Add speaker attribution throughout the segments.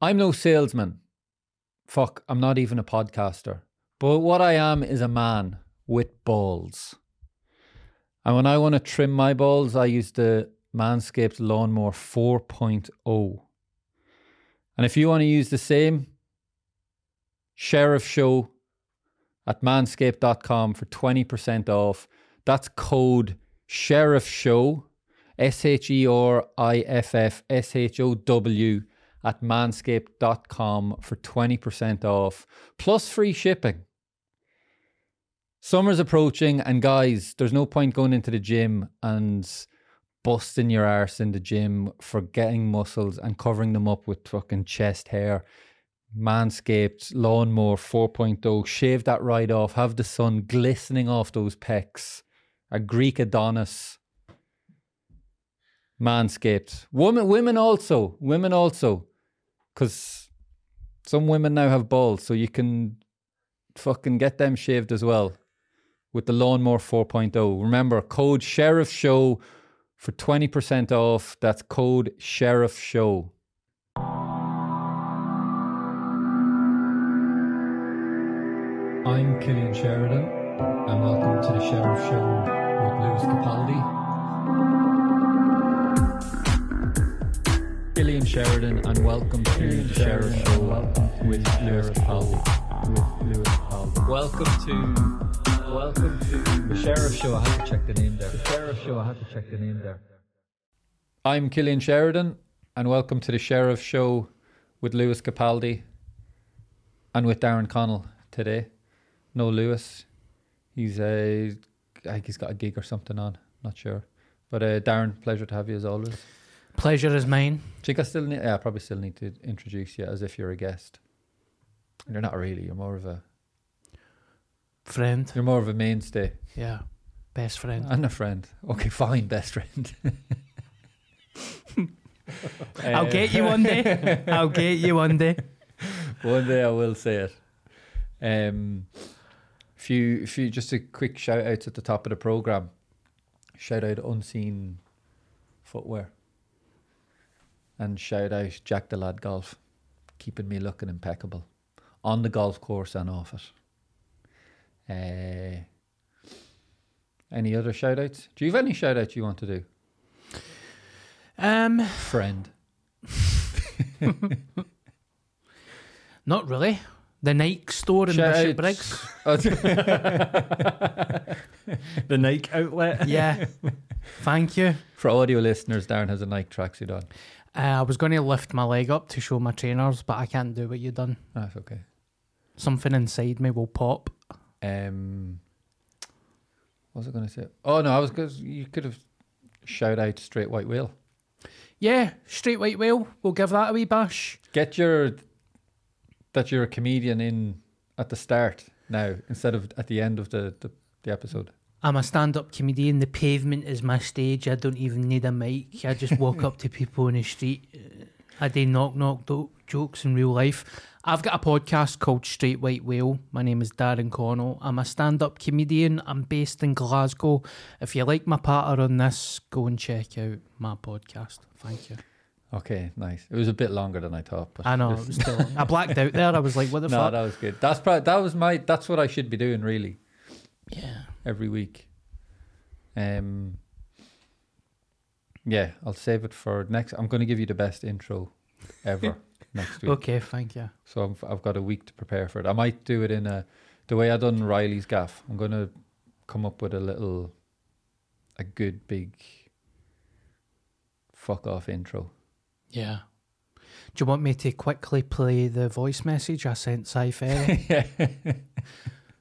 Speaker 1: I'm no salesman. Fuck, I'm not even a podcaster. But what I am is a man with balls. And when I want to trim my balls, I use the Manscaped Lawnmower 4.0. And if you want to use the same, Sheriff Show at manscaped.com for 20% off. That's code Sheriff Show, S H E R I F F S H O W, at manscaped.com for 20% off, plus free shipping. Summer's approaching, and guys, there's no point going into the gym and busting your arse in the gym for getting muscles and covering them up with fucking chest hair. Manscaped Lawnmower 4.0. Shave that right off. Have the sun glistening off those pecs. A Greek Adonis. Manscaped. Women, women also. Women also. Because some women now have balls, so you can fucking get them shaved as well with the Lawnmower 4.0. Remember, code Sheriff Show for 20% off. That's code Sheriff Show. I'm Killian Sheridan, and welcome to the Sheriff Show with Lewis Capaldi. Killian Sheridan, and welcome to the Sheriff Show with Lewis Capaldi. With Lewis Capaldi. Welcome to welcome to the Sheriff Show. I had to check the name there. The Sheriff Show. I had to check the name there. I'm Killian Sheridan, and welcome to the Sheriff Show with Lewis Capaldi and with Darren Connell today. No Lewis. He's a, I think he's got a gig or something on. Not sure. But uh, Darren, pleasure to have you as always.
Speaker 2: Pleasure is mine.
Speaker 1: Think I still need. Yeah, I probably still need to introduce you as if you're a guest. You're not really. You're more of a.
Speaker 2: Friend.
Speaker 1: You're more of a mainstay
Speaker 2: Yeah. Best friend.
Speaker 1: and a friend. Okay, fine, best friend.
Speaker 2: I'll get you one day. I'll get you one day.
Speaker 1: One day I will say it. Um, few, few, just a quick shout outs at the top of the program. Shout out Unseen Footwear. And shout out Jack the Lad Golf, keeping me looking impeccable on the golf course and off it. Uh, any other shout outs? Do you have any shout outs you want to do?
Speaker 2: Um,
Speaker 1: Friend.
Speaker 2: not really. The Nike store in
Speaker 1: Shout
Speaker 2: Bishop
Speaker 1: out-
Speaker 2: Briggs.
Speaker 3: The Nike outlet.
Speaker 2: Yeah. Thank you.
Speaker 1: For audio listeners, Darren has a Nike tracksuit on.
Speaker 2: Uh, I was going to lift my leg up to show my trainers, but I can't do what you done.
Speaker 1: That's okay.
Speaker 2: Something inside me will pop.
Speaker 1: Um, what was I going to say? Oh no, I was because you could have shout out straight white whale.
Speaker 2: Yeah, straight white whale. We'll give that a wee bash.
Speaker 1: Get your that you're a comedian in at the start now instead of at the end of the the, the episode.
Speaker 2: I'm a stand up comedian. The pavement is my stage. I don't even need a mic. I just walk up to people in the street. Uh, I do knock knock do- jokes in real life. I've got a podcast called Straight White Whale. My name is Darren Connell. I'm a stand up comedian. I'm based in Glasgow. If you like my patter on this, go and check out my podcast. Thank you.
Speaker 1: Okay, nice. It was a bit longer than I thought, but
Speaker 2: I know.
Speaker 1: it's-
Speaker 2: It was too long. I blacked out there. I was like, what the
Speaker 1: no,
Speaker 2: fuck?
Speaker 1: that was good. That's probably that was my that's what I should be doing really
Speaker 2: Yeah.
Speaker 1: every week. Um. Yeah, I'll save it for next. I'm going to give you the best intro ever next week.
Speaker 2: Okay, thank you.
Speaker 1: So I've, I've got a week to prepare for it. I might do it in a the way I done Riley's gaff. I'm gonna come up with a little, a good big fuck off intro.
Speaker 2: Yeah. Do you want me to quickly play the voice message I sent Cy Ferry?
Speaker 1: yeah.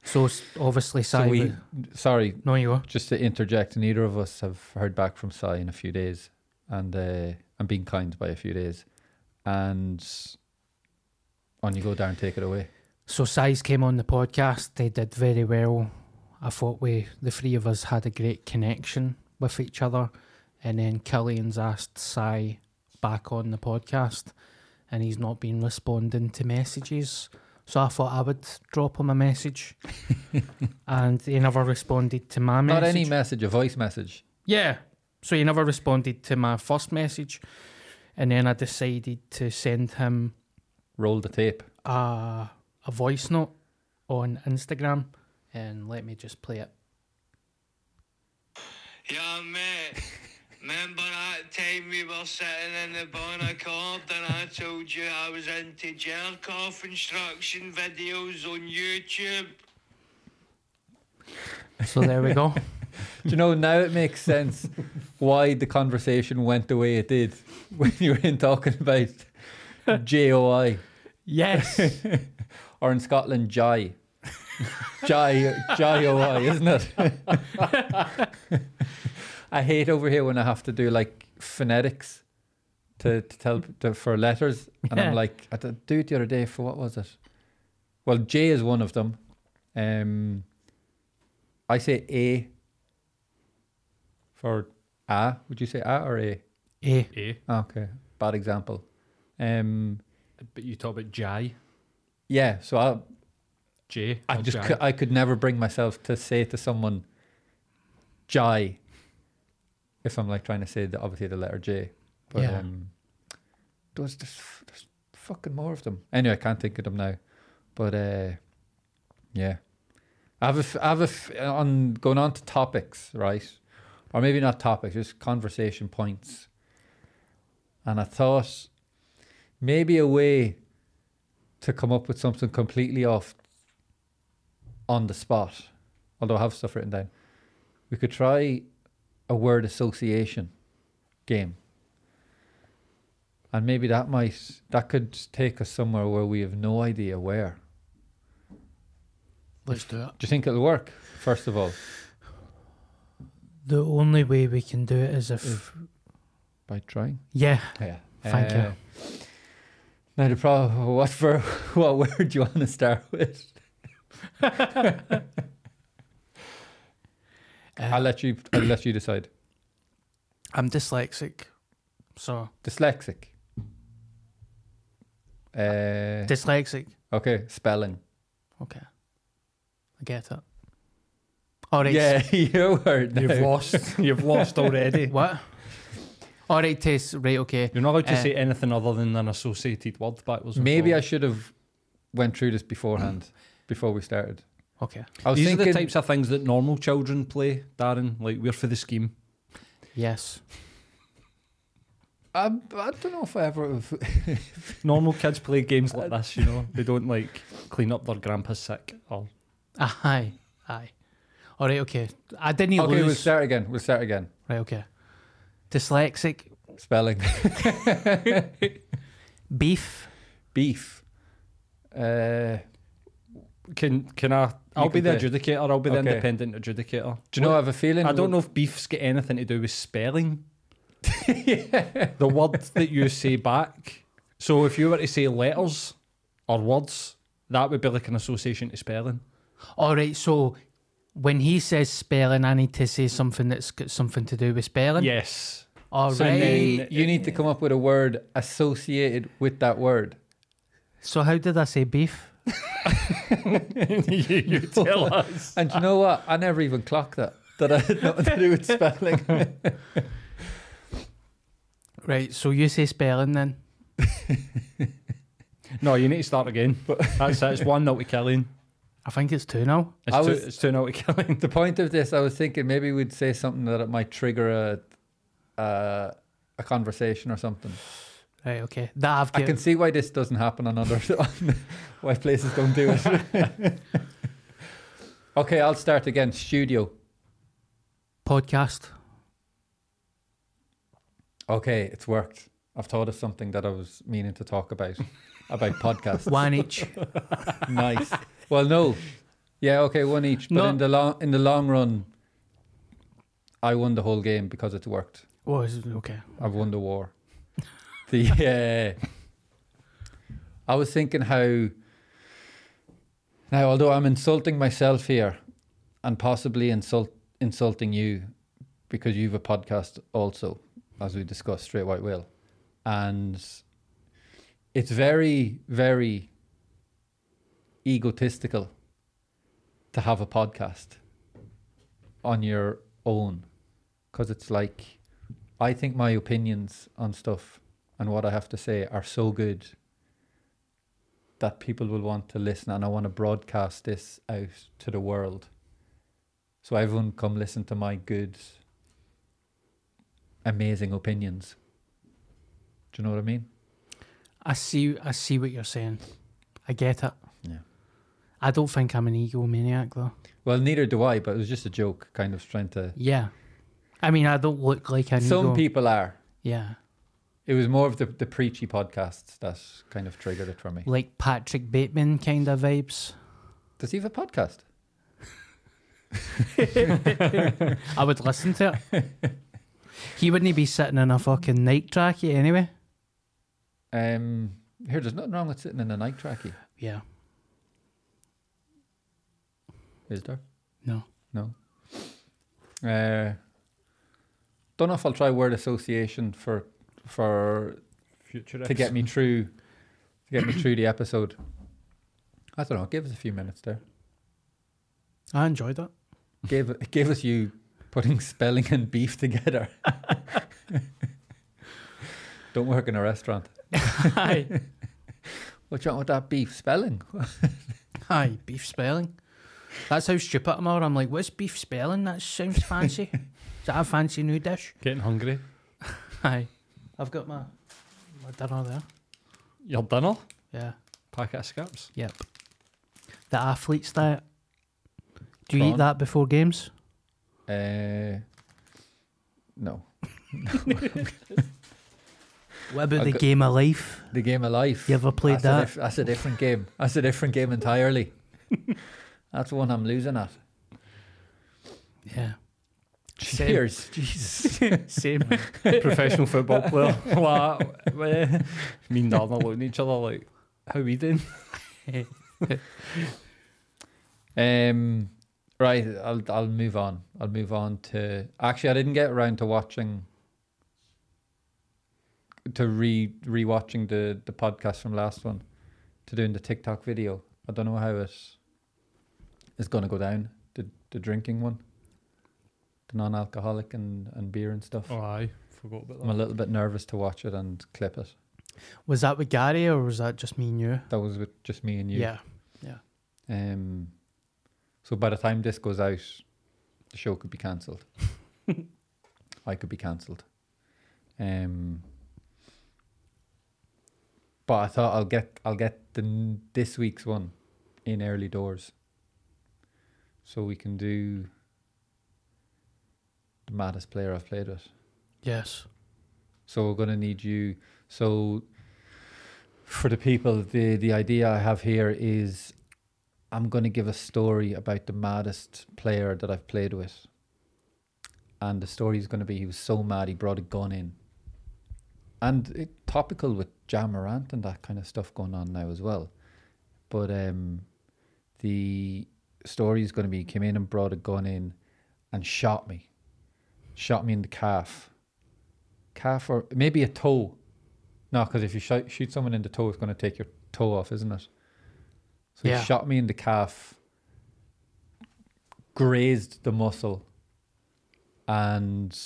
Speaker 2: so s- obviously Cy.
Speaker 1: So we
Speaker 2: was-
Speaker 1: sorry,
Speaker 2: No, you are.
Speaker 1: just to interject. Neither of us have heard back from Sai in a few days, and uh, I'm being kind by a few days. And on you go, Darren. Take it away.
Speaker 2: So Size came on the podcast. They did very well. I thought we, the three of us, had a great connection with each other. And then Killian's asked Sai back on the podcast, and he's not been responding to messages. So I thought I would drop him a message, and he never responded to my message.
Speaker 1: Not any message, a voice message.
Speaker 2: Yeah. So he never responded to my first message. And then I decided to send him
Speaker 1: roll the tape.
Speaker 2: a a voice note on Instagram, and let me just play it.
Speaker 4: Yeah, mate. Remember that time we were sitting in the Bonaccord and I told you I was into jerk off instruction videos on YouTube?
Speaker 2: So there we go.
Speaker 1: Do you know now it makes sense why the conversation went the way it did when you were in talking about JOI
Speaker 2: yes.
Speaker 1: or in Scotland Jai. Jai JOI, isn't it? I hate over here when I have to do like phonetics to, to tell to, for letters and
Speaker 2: Yeah.
Speaker 1: I'm like I did do it the other day for what was it? Well, J is one of them. Um I say A for A. Would you say A or A? Ah,
Speaker 2: Eh,
Speaker 3: Eh?
Speaker 1: Okay, bad example. Um,
Speaker 3: But you talk about Jai.
Speaker 1: yeah, so I,
Speaker 3: J.
Speaker 1: I
Speaker 3: or
Speaker 1: just
Speaker 3: Jai.
Speaker 1: cou- I could never bring myself to say to someone, Jai, if I'm like trying to say the, obviously the letter J. But
Speaker 2: Yeah.
Speaker 1: um, there's, there's, f- there's fucking more of them. Anyway, I can't think of them now. But uh, yeah, I have a f- I have a f- on going on to topics, right? Or maybe not topics, just conversation points. And I thought maybe a way to come up with something completely off on the spot, although I have stuff written down, we could try a word association game. And maybe that might that could take us somewhere where we have no idea where.
Speaker 2: let's do it.
Speaker 1: Do you think it'll work? First of all,
Speaker 2: The only way we can do it is if.
Speaker 1: by trying.
Speaker 2: Yeah.
Speaker 1: Yeah. Uh,
Speaker 2: Thank you.
Speaker 1: Now the problem. What for? What word do you want to start with? I'll let you. I'll let you decide.
Speaker 2: I'm dyslexic. So,
Speaker 1: Dyslexic. Uh,
Speaker 2: dyslexic.
Speaker 1: okay, spelling.
Speaker 2: Okay. I get it. All right.
Speaker 1: Yeah, your word.
Speaker 3: You've
Speaker 1: now.
Speaker 3: lost. You've lost already.
Speaker 2: What? All right, Tess. Right, okay.
Speaker 3: You're not allowed to
Speaker 2: Uh,
Speaker 3: say anything other than an associated word backwards. and
Speaker 1: Maybe I
Speaker 3: forwards.
Speaker 1: should have went through this beforehand, before we started.
Speaker 2: Okay.
Speaker 1: I was
Speaker 3: These
Speaker 1: thinking.
Speaker 3: are the types of things that normal children play, Darren. Like we're for the scheme.
Speaker 2: Yes.
Speaker 1: I, I don't know if I ever.
Speaker 3: Normal kids play games like this. You know, they don't like clean up their grandpa's sick. Or
Speaker 2: Aye. Aye. All right, okay. I didn't
Speaker 1: okay, we'll
Speaker 2: lose.
Speaker 1: start again. We'll start again.
Speaker 2: Right, okay. Dyslexic.
Speaker 1: Spelling.
Speaker 2: Beef.
Speaker 1: Beef. Uh,
Speaker 3: can can I? I'll
Speaker 1: You
Speaker 3: be
Speaker 1: can
Speaker 3: the
Speaker 1: play.
Speaker 3: adjudicator. I'll be the
Speaker 1: Okay.
Speaker 3: independent adjudicator.
Speaker 1: do you know? I have a feeling.
Speaker 3: I don't know if beef's got anything to do with spelling. The word that you say back. So if you were to say letters or words, that would be like an association to spelling.
Speaker 2: All right, so when he says spelling, I need to say something that's got something to do with spelling.
Speaker 3: Yes.
Speaker 2: All right.
Speaker 3: So
Speaker 2: So,
Speaker 3: then-
Speaker 1: You need to come up with a word associated with that word.
Speaker 2: how did I say beef?
Speaker 3: you, you tell us.
Speaker 1: And do you know what? I never even clocked that. That I had nothing to do with spelling.
Speaker 2: Right, so you say spelling then.
Speaker 3: No, you need to start again. That's it. It's one note to Killian.
Speaker 2: I think it's two now.
Speaker 3: It's,
Speaker 1: I
Speaker 3: two,
Speaker 1: was-
Speaker 3: it's two note to Killian.
Speaker 1: the point of this, I was thinking maybe we'd say something that it might trigger a a, a conversation or something.
Speaker 2: Right, okay. That I've
Speaker 1: I
Speaker 2: got.
Speaker 1: can see why this doesn't happen on other on, why places don't do it. okay, I'll start again. Studio.
Speaker 2: Podcast.
Speaker 1: Okay, it's worked. I've thought of something that I was meaning to talk about about podcasts.
Speaker 2: One each.
Speaker 1: nice. Well, no. Yeah, okay, one each. But
Speaker 2: No.
Speaker 1: in the long in the long run, I won the whole game because it's worked.
Speaker 2: Oh, is it- okay.
Speaker 1: I've won the war. The uh, I was thinking how now, although I'm insulting myself here, and possibly insult insulting you because you've a podcast also, as we discussed, Straight White Whale, and it's very very egotistical to have a podcast on your own because it's like I think my opinions on stuff and what I have to say are so good that people will want to listen, and I want to broadcast this out to the world. So everyone come listen to my good, amazing opinions. Do you know what I mean?
Speaker 2: I see. I see what you're saying. I get it.
Speaker 1: Yeah.
Speaker 2: I don't think I'm an egomaniac though.
Speaker 1: Well, neither do I, but it was just a joke, kind of trying to.
Speaker 2: Yeah. I mean, I don't look like an
Speaker 1: Some
Speaker 2: ego.
Speaker 1: people are.
Speaker 2: Yeah.
Speaker 1: It was more of the, the preachy podcasts that kind of triggered it for me.
Speaker 2: Like Patrick Bateman kind of vibes.
Speaker 1: Does he have a podcast?
Speaker 2: I would listen to it. he wouldn't be sitting in a fucking night trackie anyway.
Speaker 1: Um, here, there's nothing wrong with sitting in a night trackie,
Speaker 2: Yeah.
Speaker 1: is there?
Speaker 2: No.
Speaker 1: No. Uh, don't know if I'll try word association for for
Speaker 3: Future
Speaker 1: to get me through to get me through the episode. I don't know. Give us a few minutes there.
Speaker 2: I enjoyed it.
Speaker 1: Give give us you putting spelling and beef together. don't work in a restaurant.
Speaker 2: Aye.
Speaker 1: What's wrong with that beef spelling?
Speaker 2: Aye. Beef spelling. That's how stupid I'm all. I'm like, what's beef spelling? That sounds fancy. Is that a fancy new dish?
Speaker 3: Getting hungry.
Speaker 2: Aye. I've got my, my dinner there.
Speaker 3: Your dinner?
Speaker 2: Yeah.
Speaker 3: Packet of scraps.
Speaker 2: Yep. The athlete's diet. Do you
Speaker 1: Prawn.
Speaker 2: eat that before games?
Speaker 1: Uh, no,
Speaker 2: What about
Speaker 1: I've
Speaker 2: the
Speaker 1: got-
Speaker 2: game of life?
Speaker 1: the game of life.
Speaker 2: You ever played
Speaker 1: that's A diff-
Speaker 2: that?
Speaker 1: that's a different game. That's a different game entirely. that's the one I'm losing at.
Speaker 2: Yeah. Same.
Speaker 1: Cheers, Jesus.
Speaker 2: Same.
Speaker 3: Professional football player. like, eh, me and Darna looking at each other like, how we doing?
Speaker 1: um, right, I'll I'll move on. I'll move on to actually, I didn't get around to watching to re rewatching the the podcast from last one to doing the TikTok video. I don't know how it is going to go down. The the drinking one, the non-alcoholic and and beer and stuff.
Speaker 3: Oh, aye. Forgot about
Speaker 1: I'm a little bit nervous to watch it and clip it.
Speaker 2: was that with Gary or was that just me and you?
Speaker 1: That was with just me and you.
Speaker 2: Yeah.
Speaker 1: Um, so by the time this goes out, the show could be cancelled. I could be cancelled. Um, but I thought I'll get I'll get the n- this week's one in early doors, so we can do the maddest player I've played with.
Speaker 2: Yes.
Speaker 1: So we're going to need you. So for the people, the the idea I have here is I'm going to give a story about the maddest player that I've played with. And the story is going to be he was so mad he brought a gun in. And it, topical with Jamarant and that kind of stuff going on now as well. But um, the story is going to be he came in and brought a gun in and shot me. Shot me in the calf calf or maybe a toe. No, because if you shoot, shoot someone in the toe, it's going to take your toe off, isn't it? So
Speaker 2: Yeah.
Speaker 1: he shot me in the calf, grazed the muscle, and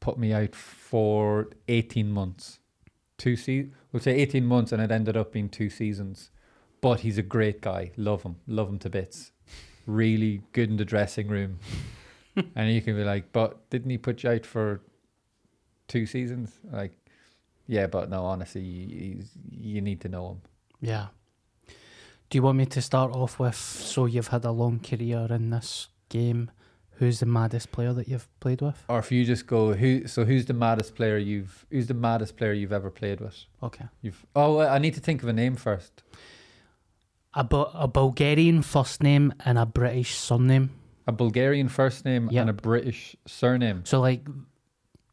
Speaker 1: put me out for 18 months. Two se- we'll say 18 months, and it ended up being two seasons. But he's a great guy. Love him. Love him to bits. Really good in the dressing room. and you can be like, but didn't he put you out for two seasons. Like, yeah, but no, honestly, you, he's- you need to know him.
Speaker 2: Yeah. Do you want me to start off with so you've had a long career in this game? Who's the maddest player that you've played with?
Speaker 1: Or if you just go, who? So who's the maddest player you've? Who's the maddest player you've ever played with?
Speaker 2: Okay.
Speaker 1: You've. Oh, well, I need to think of a name first.
Speaker 2: A, Bu- a Bulgarian first name and a British surname.
Speaker 1: A Bulgarian first name
Speaker 2: Yeah.
Speaker 1: and a British surname.
Speaker 2: So, like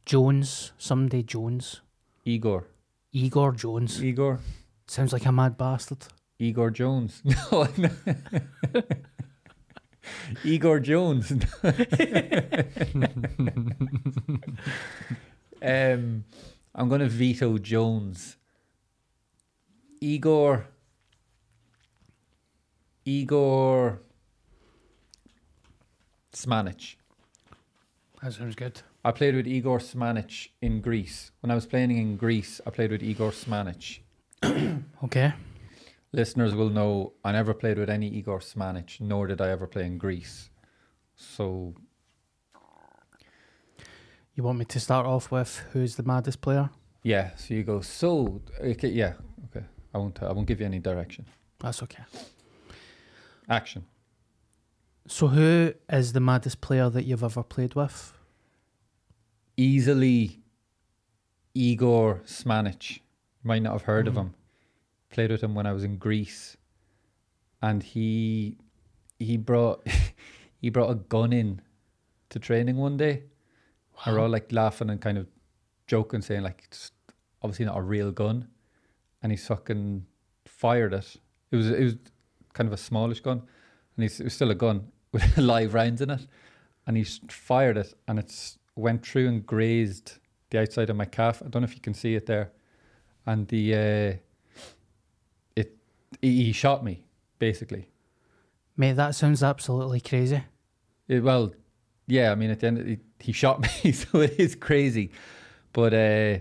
Speaker 2: Jones, someday Jones.
Speaker 1: Igor.
Speaker 2: Igor Jones.
Speaker 1: Igor.
Speaker 2: Sounds like a mad bastard.
Speaker 1: Igor Jones. No. no. Igor Jones. um, I'm going to veto Jones. Igor. Igor. Smanich.
Speaker 2: That sounds good.
Speaker 1: I played with Igor Smanich in Greece. When I was playing in Greece, I played with Igor Smanich.
Speaker 2: Okay.
Speaker 1: listeners will know I never played with any Igor Smanich, nor did I ever play in Greece. So
Speaker 5: You want me to start off with who's the maddest player?
Speaker 1: yeah, so you go. So okay, yeah, okay. I won't. I won't give you any direction.
Speaker 5: That's okay.
Speaker 1: Action.
Speaker 5: So who is the maddest player that you've ever played with?
Speaker 1: Easily, Igor Smanich. You might not have heard of him. Played with him when I was in Greece, and he he brought he brought a gun in to training one day. And we're all like laughing and kind of joking, saying like, it's obviously not a real gun. And he's fucking fired it. It was it was kind of a smallish gun, and he's, it was still a gun with live rounds in it. And he's fired it, and it's went through and grazed the outside of my calf. I don't know if you can see it there, and the uh, it he he shot me basically.
Speaker 5: Mate, that sounds absolutely crazy.
Speaker 1: It, well, yeah, I mean, at the end, he, he shot me, so it is crazy. But uh,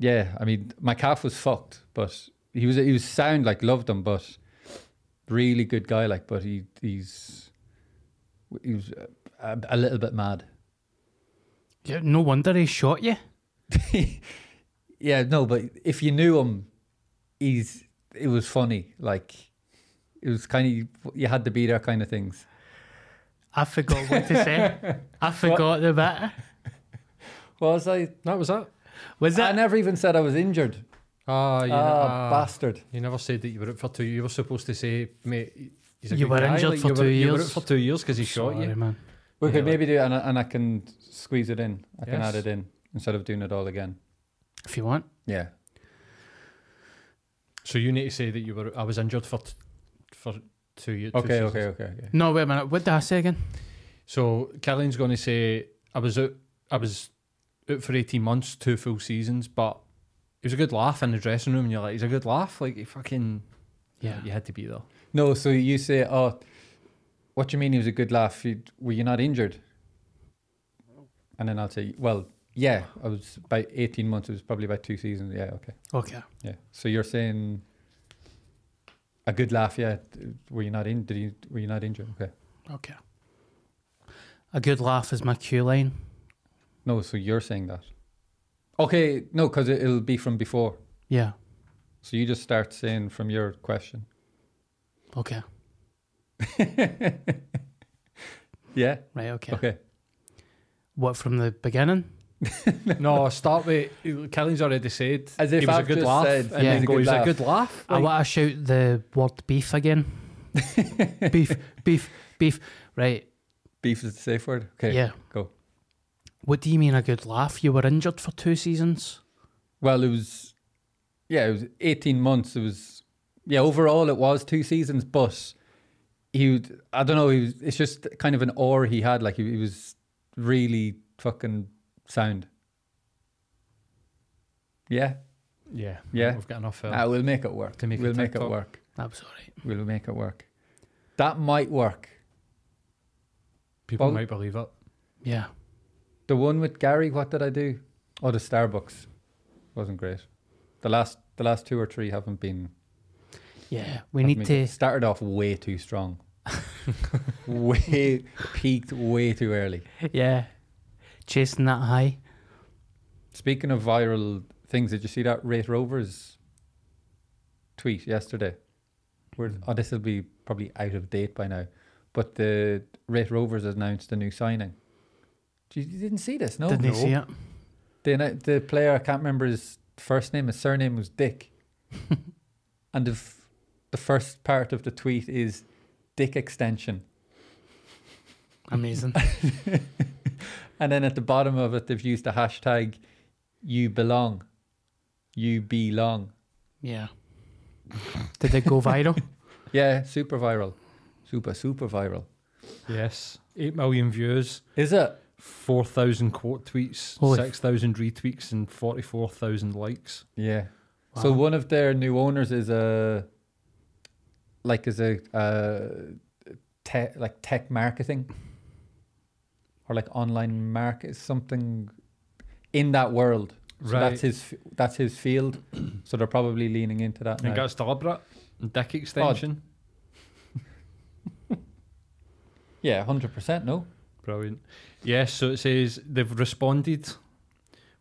Speaker 1: yeah, I mean, my calf was fucked, but he was he was sound, like loved him, but really good guy, like, but he he's he was a, a little bit mad.
Speaker 5: Yeah, No wonder he shot you.
Speaker 1: yeah, no, but if you knew him, he's it was funny, like it was kind of you had to be there, kind of things.
Speaker 5: I forgot what to say. I forgot the bit.
Speaker 1: Was I?
Speaker 3: That was that.
Speaker 5: Was
Speaker 1: I
Speaker 5: it?
Speaker 1: never even said I was injured.
Speaker 3: Ah, you,
Speaker 1: Ah,
Speaker 3: ah,
Speaker 1: bastard.
Speaker 3: you never said that you were out for two. You were supposed to say, mate. He's a
Speaker 5: You
Speaker 3: good
Speaker 5: were
Speaker 3: guy.
Speaker 5: injured
Speaker 3: like,
Speaker 5: for
Speaker 3: you
Speaker 5: two
Speaker 3: were, You were out
Speaker 5: years.
Speaker 3: for two years because he shot
Speaker 5: Sorry,
Speaker 3: you.
Speaker 5: man.
Speaker 1: We
Speaker 3: Yeah,
Speaker 1: could
Speaker 3: like-
Speaker 1: maybe do, and I, and I can squeeze it in. I can add it
Speaker 3: Yes.
Speaker 1: in instead of doing it all again.
Speaker 5: If you want.
Speaker 1: Yeah.
Speaker 3: So you need to say that you were. I was injured for t- for two years.
Speaker 1: Okay. Okay. Okay. Okay.
Speaker 5: No, wait a minute. What did I say again?
Speaker 3: So Caroline's going to say I was out. I was out for eighteen months, two full seasons, but it was a good laugh in the dressing room. And you're like, he's a good laugh. Like he fucking.
Speaker 5: Yeah.
Speaker 3: you had to be there.
Speaker 1: No. So you say, oh, what do you mean? He was a good laugh. You, were you not injured? And then I'll say, well, yeah, I was about eighteen months. It was probably about two seasons. Yeah. Okay.
Speaker 5: Okay.
Speaker 1: Yeah. So you're saying a good laugh. Yeah. Were you not in? Did you? Were you not injured? Okay.
Speaker 5: Okay. A good laugh is my cue line.
Speaker 1: No. So you're saying that. Okay. No, because it, it'll be from before.
Speaker 5: Yeah.
Speaker 1: So you just start saying from your question.
Speaker 5: Okay.
Speaker 1: Yeah.
Speaker 5: Right. Okay.
Speaker 1: Okay.
Speaker 5: What from the beginning?
Speaker 3: no, start with. Caroline's already said
Speaker 1: As if
Speaker 3: he was
Speaker 1: I've
Speaker 3: a good
Speaker 1: just
Speaker 3: laugh,
Speaker 1: said
Speaker 3: and
Speaker 5: Yeah.
Speaker 3: then
Speaker 1: he's a
Speaker 3: go,
Speaker 1: good
Speaker 3: he's a
Speaker 1: laugh."
Speaker 3: good laugh.
Speaker 5: I want to shout the word beef again. beef, beef, beef. Right.
Speaker 1: Beef is the safe word. Okay.
Speaker 5: Yeah.
Speaker 1: Go.
Speaker 5: What do you mean a good laugh? You were injured for two seasons.
Speaker 1: Well, it was, yeah, it was 18 months. It was, yeah, overall it was two seasons, but he, would, I don't know, he was, it's just kind of an aura he had. Like he, he was really fucking sound. Yeah.
Speaker 3: Yeah,
Speaker 1: Yeah.
Speaker 3: We've got enough. Film.
Speaker 1: Ah, we'll make it work.
Speaker 3: To make a
Speaker 1: we'll make it
Speaker 3: TikTok.
Speaker 1: work.
Speaker 5: That was all right.
Speaker 1: We'll make it work. That might work.
Speaker 3: People
Speaker 1: well-
Speaker 3: might believe it.
Speaker 5: Yeah.
Speaker 1: The one with Gary, what did I do? Oh, the Starbucks wasn't great. The last, the last two or three haven't been.
Speaker 5: Yeah. We
Speaker 1: haven't
Speaker 5: need
Speaker 1: been-
Speaker 5: to.
Speaker 1: started off way too strong, way peaked way too early.
Speaker 5: Yeah. Chasing that high.
Speaker 1: Speaking of viral things, did you see that Wraith Rovers tweet yesterday? Where
Speaker 5: Hmm.
Speaker 1: oh, this will be probably out of date by now, but the Wraith Rovers announced a new signing. You you didn't see this, no?
Speaker 5: Didn't you see it?
Speaker 1: The annou- the player I can't remember his first name. His surname was Dick. and the f- the first part of the tweet is Dick extension,
Speaker 5: Amazing.
Speaker 1: and then at the bottom of it they've used the hashtag You belong, you belong.
Speaker 5: yeah. Did it go viral?
Speaker 1: Yeah, super viral, super super viral.
Speaker 3: Yes, eight million views.
Speaker 1: Is it?
Speaker 3: Four thousand quote tweets,
Speaker 5: Holy f-
Speaker 3: six thousand retweets, and forty-four thousand likes.
Speaker 1: Yeah. So
Speaker 5: Wow.
Speaker 1: one of their new owners is a like is a uh, tech like tech marketing or like online market something in that world. So
Speaker 3: Right.
Speaker 1: that's his that's his field. so they're probably leaning into that
Speaker 3: And
Speaker 1: now.
Speaker 3: that's deliberate. Dick extension.
Speaker 1: Yeah, 100%. No.
Speaker 3: Brilliant. Yes, so it says they've responded.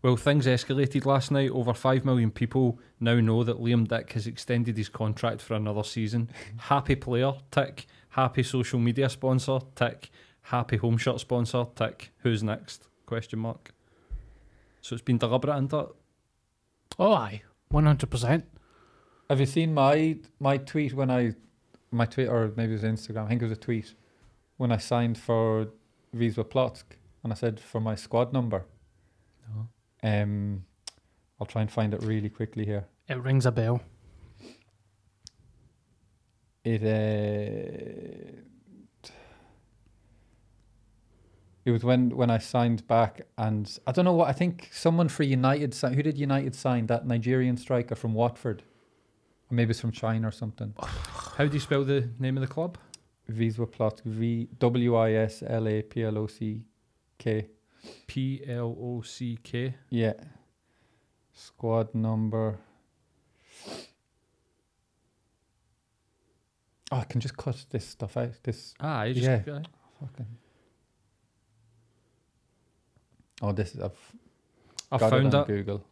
Speaker 3: Well, things escalated last night. Over 5 million people now know that Liam Dick has extended his contract for another season. Happy player, tick. Happy social media sponsor, tick. Happy home shirt sponsor, tick. Who's next? Question mark. So it's been deliberate and that.
Speaker 5: Oh, aye. 100%.
Speaker 1: Have you seen my my tweet when I my tweet or maybe it was Instagram? I think it was a tweet when I signed for Wisła Plotsk and I said for my squad number.
Speaker 3: No.
Speaker 1: Um, I'll try and find it really quickly here.
Speaker 5: It rings a bell.
Speaker 1: It uh, it was when when I signed back, and I don't know what I think. Someone for United si- who did United sign that Nigerian striker from Watford, or maybe it's from China or something.
Speaker 3: How do you spell the name of the club?
Speaker 1: Viswa Plot V W I S L A P L O C K.
Speaker 3: P L O C K.
Speaker 1: Yeah. Squad number. Oh, I can just cut this stuff out. This
Speaker 3: Ah, I just.
Speaker 1: Yeah. fucking. Oh, this is. I've
Speaker 3: I
Speaker 1: got
Speaker 3: found
Speaker 1: it on
Speaker 3: it.
Speaker 1: Google.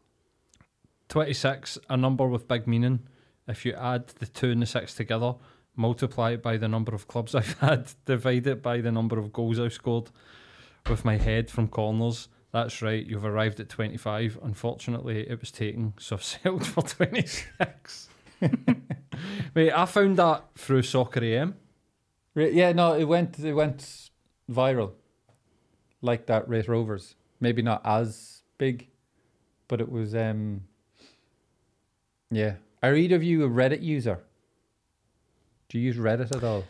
Speaker 3: 26, a number with big meaning. If you add the two and the six together, multiply it by the number of clubs I've had, divide it by the number of goals I've scored with my head from corners. That's right, you've arrived at 25. Unfortunately, it was taken, so I've settled for 26. Mate, I found that through Soccer AM.
Speaker 1: Re- yeah, no, it went. It went viral, like that. Race Rovers, maybe not as big, but it was. um Yeah, are either of you a Reddit user? Do you use Reddit at all?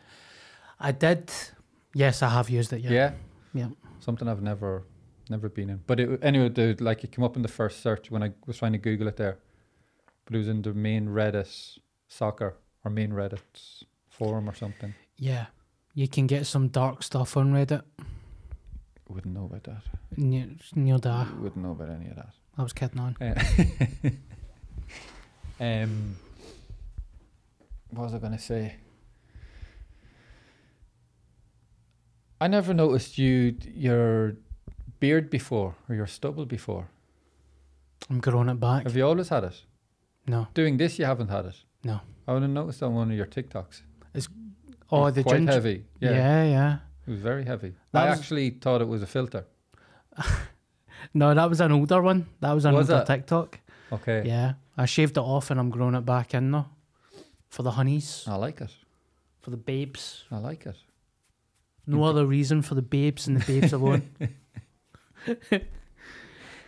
Speaker 5: I did. Yes, I have used it. Yeah.
Speaker 1: Yeah.
Speaker 5: Yeah.
Speaker 1: Something I've never never been in. But it, anyway, dude, like it came up in the first search when I was trying to Google it there. But it was in the main Reddit soccer or main Reddit forum or something.
Speaker 5: Yeah. You can get some dark stuff on Reddit.
Speaker 1: Wouldn't know about that.
Speaker 5: Near, near that.
Speaker 1: Wouldn't know about any of that.
Speaker 5: I was kidding on.
Speaker 1: Um, what was I going to say? I never noticed you your beard before or your stubble before.
Speaker 5: I'm growing it back.
Speaker 1: Have you always had it?
Speaker 5: No.
Speaker 1: Doing this, you haven't had it.
Speaker 5: No.
Speaker 1: I would have noticed on one of your TikToks. It
Speaker 5: Oh,
Speaker 1: was
Speaker 5: the
Speaker 1: quite
Speaker 5: ginger.
Speaker 1: heavy. Yeah,
Speaker 5: yeah, yeah.
Speaker 1: it was very heavy.
Speaker 5: That
Speaker 1: I
Speaker 5: was-
Speaker 1: actually thought it was a filter.
Speaker 5: No, that was an older one. That was an
Speaker 1: Was
Speaker 5: older
Speaker 1: it?
Speaker 5: TikTok.
Speaker 1: Okay,
Speaker 5: Yeah. I shaved it off and I'm growing it back in now. For the honeys,
Speaker 1: I like it.
Speaker 5: for the babes.
Speaker 1: I like it.
Speaker 5: No other reason for the babes and the babes alone.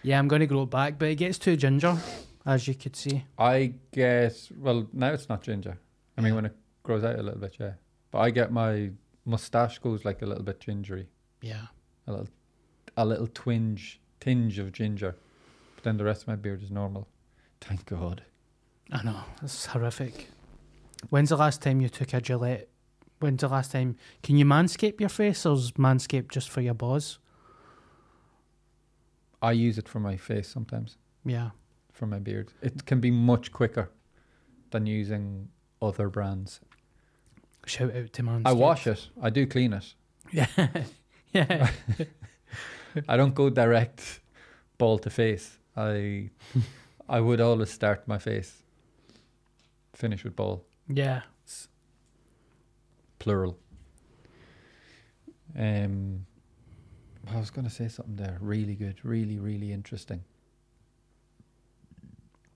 Speaker 5: yeah, I'm going to grow it back, but it gets too ginger, as you could see.
Speaker 1: I get well now. It's not ginger. I mean, when it grows out a little bit, yeah. But I get my mustache goes like a little bit gingery,
Speaker 5: Yeah.
Speaker 1: a little, a little twinge, tinge of ginger. But then the rest of my beard is normal. Thank God.
Speaker 5: I know. It's horrific. When's the last time you took a Gillette? When's the last time? Can you manscape your face or is manscape just for your balls?
Speaker 1: I use it for my face sometimes.
Speaker 5: Yeah.
Speaker 1: for my beard. It can be much quicker than using other brands.
Speaker 5: Shout out to manscape.
Speaker 1: I wash it. I do clean it.
Speaker 5: Yeah. yeah.
Speaker 1: I don't go direct ball to face. I I would always start my face, finish with ball,
Speaker 5: Yeah.
Speaker 1: plural. Um, I was going to say something there. Really good. Really, really interesting.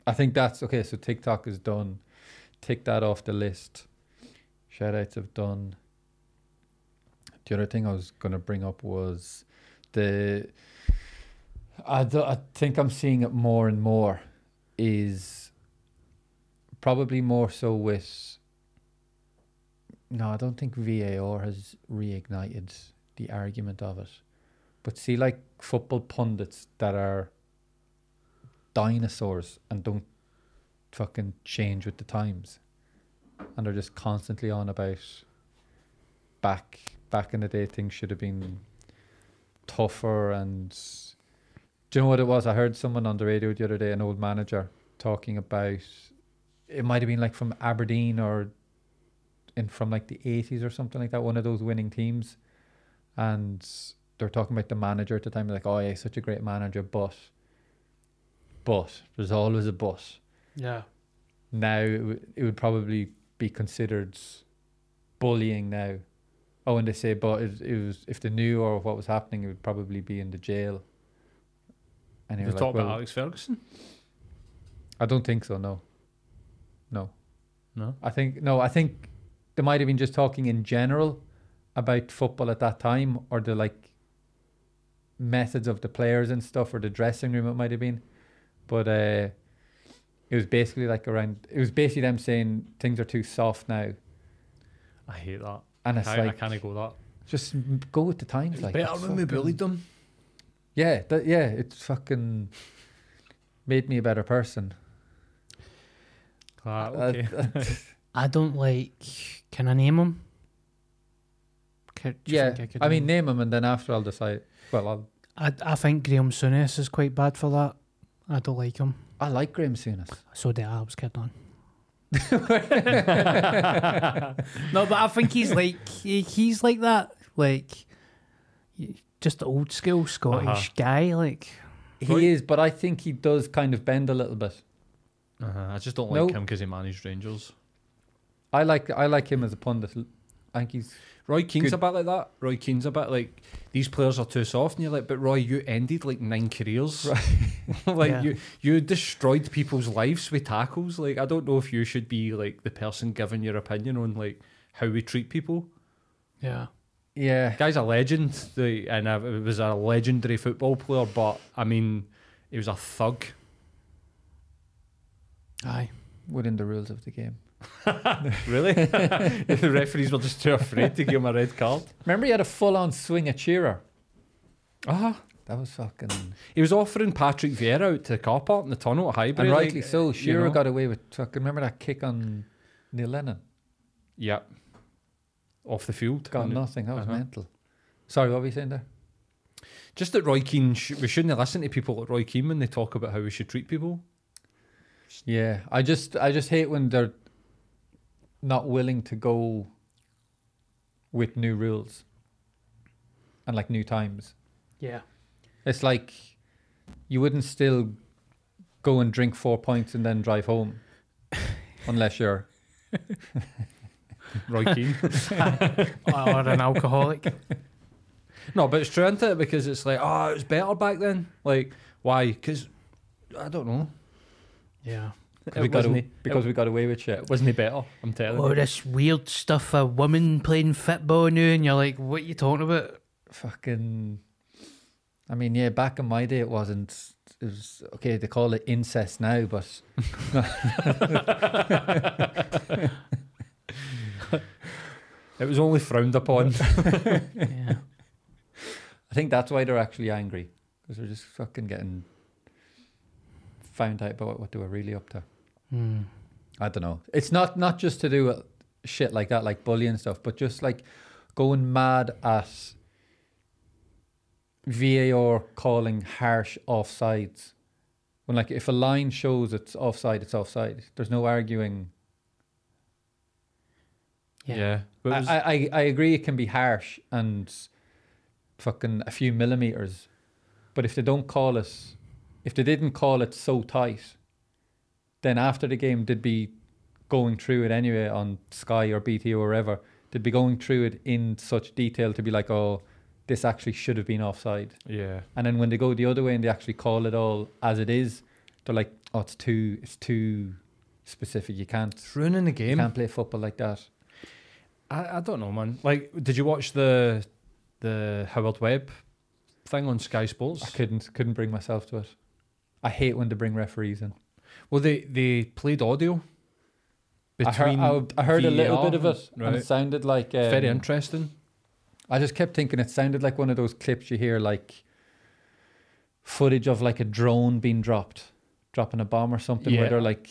Speaker 1: I think that's okay. So TikTok is done. Take that off the list. Shout outs have done. The other thing I was going to bring up was the. I, do, I think I'm seeing it more and more is probably more so with. No, I don't think VAR has reignited the argument of it. But see, like football pundits that are dinosaurs and don't fucking change with the times. And they're just constantly on about back back in the day things should have been tougher and do you know what it was? I heard someone on the radio the other day, an old manager, talking about it might have been like from Aberdeen or in from like the 80s or something like that, one of those winning teams. And they're talking about the manager at the time, like, oh, yeah, he's such a great manager, but, but, there's always a but.
Speaker 5: Yeah.
Speaker 1: Now it, w- it would probably be considered bullying now. Oh, and they say, but it, it was if they knew or what was happening, it would probably be in the jail. And he
Speaker 3: They
Speaker 1: was
Speaker 3: talk
Speaker 1: like,
Speaker 3: about
Speaker 1: well,
Speaker 3: Alex Ferguson.
Speaker 1: I don't think so. No, no.
Speaker 3: No.
Speaker 1: I think no. I think they might have been just talking in general about football at that time, or the like methods of the players and stuff, or the dressing room. It might have been, but uh, it was basically like around. It was basically them saying things are too soft now,
Speaker 3: I hate that.
Speaker 1: and
Speaker 3: I,
Speaker 1: it's
Speaker 3: can't- I
Speaker 1: like
Speaker 3: can't go that.
Speaker 1: just m- go with the times. Like it's fucking-
Speaker 3: them.
Speaker 1: Yeah, that, yeah. It's fucking made me a better person.
Speaker 3: Ah,
Speaker 1: Uh,
Speaker 3: okay.
Speaker 5: I don't like. Can I name him? Ca- do you
Speaker 1: yeah,
Speaker 5: think could
Speaker 1: I mean
Speaker 5: name 'em?
Speaker 1: name them, and then after I'll decide. Well, I'll
Speaker 5: I, I think Graham Souness is quite bad for that. I don't like him.
Speaker 1: I like Graham Souness.
Speaker 5: So do I. I was kidding on.
Speaker 1: yeah,
Speaker 5: No, but I think he's like he, he's like that, like just old school Scottish
Speaker 3: Uh-huh.
Speaker 5: guy. Like
Speaker 3: Right.
Speaker 1: he is, but I think he does kind of bend a little bit.
Speaker 3: Uh-huh. I just don't
Speaker 1: No.
Speaker 3: like him because he managed Rangers.
Speaker 1: I like I like him as a pundit. I think he's
Speaker 3: Roy Keane's
Speaker 1: Good.
Speaker 3: a bit like that. Roy Keane's a bit like these players are too soft, and you're like, but Roy, you ended like nine careers. like
Speaker 5: Yeah.
Speaker 3: you, you destroyed people's lives with tackles. Like I don't know if you should be like the person giving your opinion on like how we treat people.
Speaker 5: yeah,
Speaker 1: yeah.
Speaker 3: Guy's a legend, the, and uh, it was a legendary football player. But I mean, he was a thug.
Speaker 5: aye.
Speaker 1: Within the rules of the game.
Speaker 3: Really, the referees were just too afraid to give him a red card.
Speaker 1: Remember, he had a full-on swing at Shearer.
Speaker 3: Ah,
Speaker 1: That was fucking
Speaker 3: he was offering Patrick Vieira out to the car park in the tunnel at Highbury.
Speaker 1: and
Speaker 3: like,
Speaker 1: rightly so.
Speaker 3: you
Speaker 1: Shearer
Speaker 3: know.
Speaker 1: got away with fucking. Remember that kick on Neil Lennon?
Speaker 3: Yep. Off the field.
Speaker 1: Got
Speaker 3: And
Speaker 1: nothing. That was
Speaker 3: Uh-huh.
Speaker 1: mental. Sorry, what were you saying there?
Speaker 3: Just that Roy Keane, sh- we shouldn't listen to people like Roy Keane when they talk about how we should treat people.
Speaker 1: Yeah, I just I just hate when they're not willing to go with new rules and like new times.
Speaker 5: Yeah.
Speaker 1: It's like you wouldn't still go and drink four pints and then drive home unless you're
Speaker 3: Roy Keane.
Speaker 5: or, or an alcoholic.
Speaker 3: no, but it's true, isn't it? Because it's like, oh, it was better back then. Like, why? Because, I don't know.
Speaker 5: Yeah.
Speaker 1: because we
Speaker 3: It
Speaker 1: got
Speaker 3: wasn't, e-
Speaker 1: away,
Speaker 3: it,
Speaker 1: because we got away with shit.
Speaker 3: wasn't he better? I'm telling
Speaker 5: All
Speaker 3: you.
Speaker 5: this weird stuff. A woman playing football now, and you're like, what you talking about?
Speaker 1: Fucking I mean, yeah, back in my day it wasn't it was okay, they call it incest now, but
Speaker 3: It was only frowned upon.
Speaker 5: yeah.
Speaker 1: I think that's why they're actually angry because they're just fucking getting found out about what they were really up to.
Speaker 5: Hmm.
Speaker 1: I don't know. It's not not just to do with shit like that, like bullying stuff, but just like going mad at VAR calling harsh offsides. When like if a line shows it's offside, it's offside. There's no arguing.
Speaker 5: Yeah.
Speaker 3: But it was-
Speaker 1: I, I I agree it can be harsh and fucking a few millimeters, but if they don't call it, if they didn't call it so tight, then after the game they'd be going through it anyway on Sky or BT or wherever. They'd be going through it in such detail to be like, oh, this actually should have been offside.
Speaker 3: yeah.
Speaker 1: And then when they go the other way and they actually call it all as it is, they're like, oh, it's too it's too specific. You can't
Speaker 3: It's ruining the
Speaker 1: you
Speaker 3: game.
Speaker 1: can't play football like that.
Speaker 3: I, I don't know, man. Like, did you watch the the Howard Webb thing on Sky Sports?
Speaker 1: I couldn't couldn't bring myself to it. I hate when they bring referees in.
Speaker 3: Well, they they played audio.
Speaker 1: I heard, I, I heard a little
Speaker 3: VAR
Speaker 1: bit of it, and
Speaker 3: right.
Speaker 1: it sounded like um,
Speaker 3: It's very interesting.
Speaker 1: I just kept thinking it sounded like one of those clips you hear, like footage of like a drone being dropped, dropping a bomb or something,
Speaker 3: Yeah.
Speaker 1: where they're like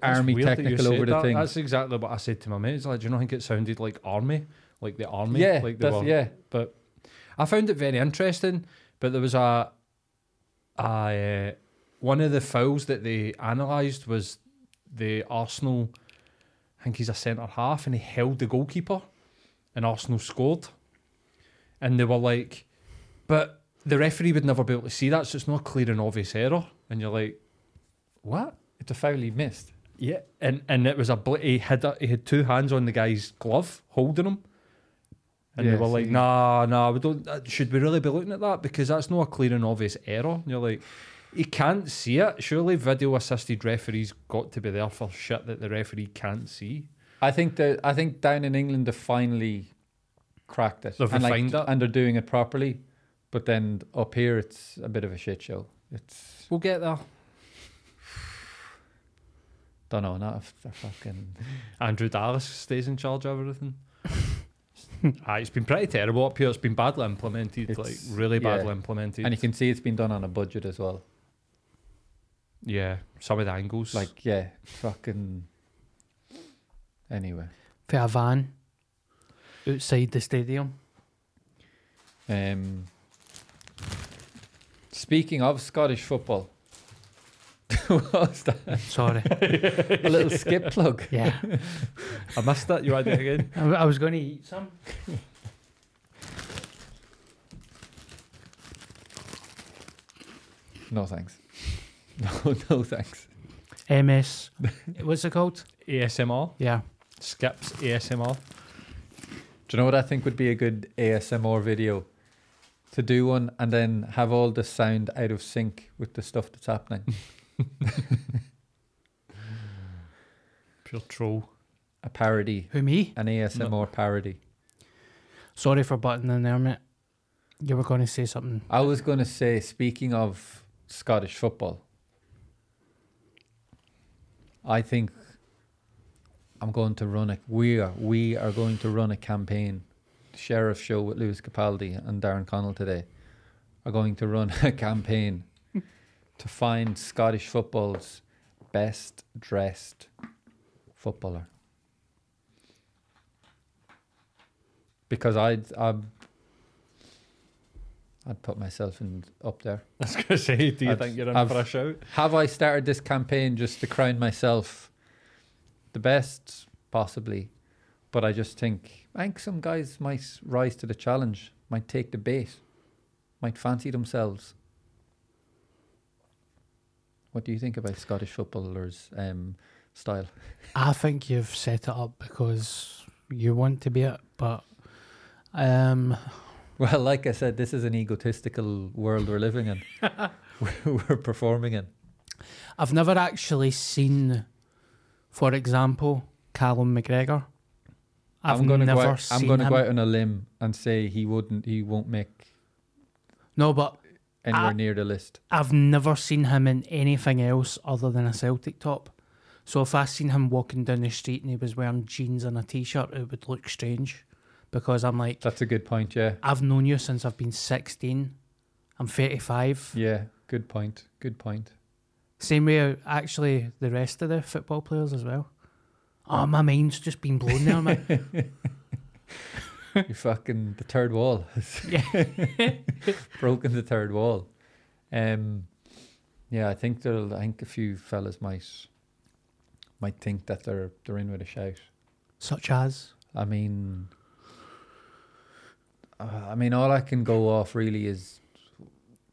Speaker 3: That's
Speaker 1: army
Speaker 3: weird that you
Speaker 1: technical
Speaker 3: said
Speaker 1: over the
Speaker 3: that.
Speaker 1: thing.
Speaker 3: That's exactly what I said to my mates. Like, do you not think it sounded like army, like the army?
Speaker 1: yeah,
Speaker 3: like they
Speaker 1: that's,
Speaker 3: were-
Speaker 1: yeah.
Speaker 3: But I found it very interesting. But there was a, a uh, one of the fouls that they analysed was the Arsenal I think he's a centre half, and he held the goalkeeper, and Arsenal scored. And they were like, but the referee would never be able to see that, so it's not clear and obvious error. And you're like, what?
Speaker 1: It's a foul he missed.
Speaker 3: Yeah, and and it was a bl- he had a, he had two hands on the guy's glove holding him, and
Speaker 1: Yeah,
Speaker 3: they were like,
Speaker 1: see.
Speaker 3: "Nah, nah, we don't. uh, Should we really be looking at that? Because that's not a clear and obvious error." And you're like, "He can't see it. Surely video assisted referees got to be there for shit that the referee can't see."
Speaker 1: I think that I think down in England they finally cracked it.
Speaker 3: They've
Speaker 1: and
Speaker 3: refined it.
Speaker 1: and they're doing it properly. But then up here it's a bit of a shit show. It's
Speaker 3: We'll get there.
Speaker 1: don't know, not if they're fucking
Speaker 3: Andrew Dallas stays in charge of everything. ah, it's been pretty terrible up here. It's been badly implemented, like
Speaker 1: It's-
Speaker 3: really badly
Speaker 1: yeah.
Speaker 3: implemented.
Speaker 1: and you can see it's been done on a budget as well.
Speaker 3: yeah, some of the angles,
Speaker 1: Like yeah, fucking anyway.
Speaker 2: for a van outside the stadium.
Speaker 1: Um speaking of Scottish football. what was that?
Speaker 2: Sorry.
Speaker 1: A little skip plug.
Speaker 2: yeah.
Speaker 3: I missed that. You had it again.
Speaker 2: I, I was going to eat some.
Speaker 1: No thanks. No, no thanks.
Speaker 2: MS. What's it called?
Speaker 3: ASMR.
Speaker 2: Yeah.
Speaker 3: Skips ASMR.
Speaker 1: Do you know what I think would be a good ASMR video? To do one and then have all the sound out of sync with the stuff that's happening.
Speaker 3: Pure troll.
Speaker 1: a parody,
Speaker 2: Who, me?
Speaker 1: an ASMR parody.
Speaker 2: Sorry for butting in there, mate. You were going to say something.
Speaker 1: I was going to say, speaking of Scottish football, I think I'm going to run a. We are we are going to run a campaign. The Sheriff Show with Lewis Capaldi and Darren Connell today are going to run a campaign to find Scottish football's best dressed footballer. Because I'd I'd, I'd put myself in up there.
Speaker 3: I was going to say, do you
Speaker 1: I've-
Speaker 3: think you're in
Speaker 1: I've-
Speaker 3: for a shout?
Speaker 1: Have I started this campaign just to crown myself the best? Possibly. But I just think I think some guys might rise to the challenge, might take the bait, might fancy themselves. What do you think about Scottish footballers' um, style?
Speaker 2: I think you've set it up because you want to be it, but um,
Speaker 1: Well, like I said, this is an egotistical world we're living in. we're, we're performing in.
Speaker 2: I've never actually seen, for example, Callum McGregor. I've
Speaker 1: I'm gonna
Speaker 2: never
Speaker 1: go out,
Speaker 2: seen
Speaker 1: I'm going to
Speaker 2: him.
Speaker 1: go out on a limb and say he wouldn't. He won't make
Speaker 2: No, but
Speaker 1: anywhere
Speaker 2: Ah.
Speaker 1: near the list.
Speaker 2: I've never seen him in anything else other than a Celtic top. So if I seen him walking down the street and he was wearing jeans and a t-shirt, it would look strange, because I'm like,
Speaker 1: That's a good point. Yeah.
Speaker 2: I've known you since I've been 16. I'm 35.
Speaker 1: Yeah, good point. Good point.
Speaker 2: Same way, actually, the rest of the football players as well. Oh, my mind's just been blown there, man.
Speaker 1: You fucking the third wall. yeah. Broken the third wall. Um yeah, I think there'll I think a few fellas might might think that they're they're in with a shout.
Speaker 2: Such as
Speaker 1: I mean uh, I mean all I can go off really is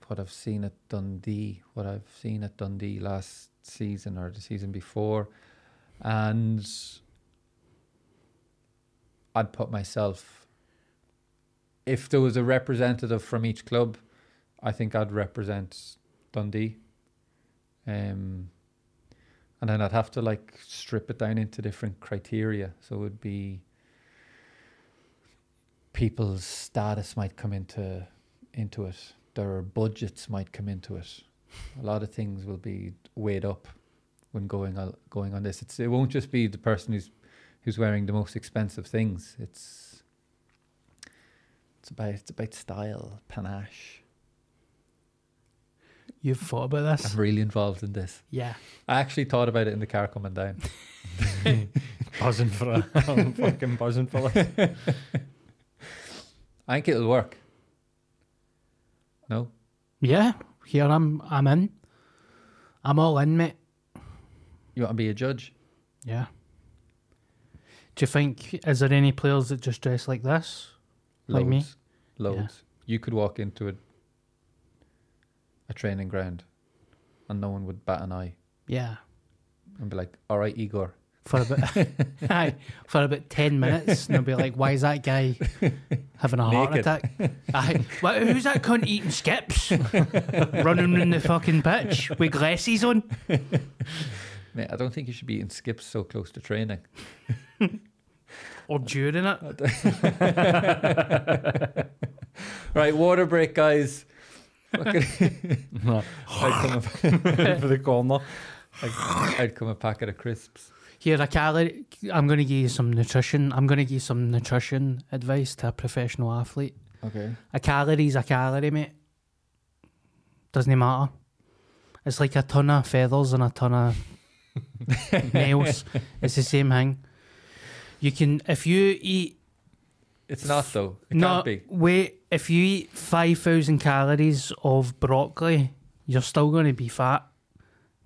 Speaker 1: what I've seen at Dundee, what I've seen at Dundee last season or the season before and I'd put myself if there was a representative from each club, I think I'd represent Dundee. Um and then I'd have to like strip it down into different criteria. So it would be people's status might come into into it. Their budgets might come into it. A lot of things will be weighed up when going on going on this. It's it won't just be the person who's who's wearing the most expensive things. It's it's about it's about style, panache.
Speaker 2: you've thought about
Speaker 1: I'm
Speaker 2: this.
Speaker 1: really involved in this.
Speaker 2: Yeah.
Speaker 1: I actually thought about it in the car coming down.
Speaker 3: Buzzing for a I'm fucking buzzing for this.
Speaker 1: I think it'll work. No?
Speaker 2: Yeah. Here I'm. I'm in. I'm all in, mate.
Speaker 1: You want to be a judge?
Speaker 2: Yeah. Do you think is there any players that just dress like this? Like me?
Speaker 1: Loads. Loads. You could walk into a a training ground and no one would bat an eye
Speaker 2: Yeah,
Speaker 1: and be like, All right, Igor,
Speaker 2: for about aye, for about ten minutes, and I'll be like, "Why is that guy having a heart
Speaker 1: Naked.
Speaker 2: attack?" Aye, Wha- who's that cunt eating skips, running in the fucking pitch with glasses on?
Speaker 1: mate, I don't think you should be in skips so close to training.
Speaker 2: or during it.
Speaker 1: Right, water break, guys. Fucking- I'd come up for the corner. I'd, I'd come a packet of crisps.
Speaker 2: Here, a calorie. I'm going to give you some nutrition. I'm going to give you some nutrition advice to a professional athlete.
Speaker 1: Okay.
Speaker 2: A calorie's a calorie, mate. Doesn't matter. It's like a ton of feathers and a ton of nails. It's the same thing. You can, if you eat,
Speaker 1: It's not though. It
Speaker 2: no,
Speaker 1: can't be.
Speaker 2: wait, if you eat 5,000 calories of broccoli, you're still going to be fat.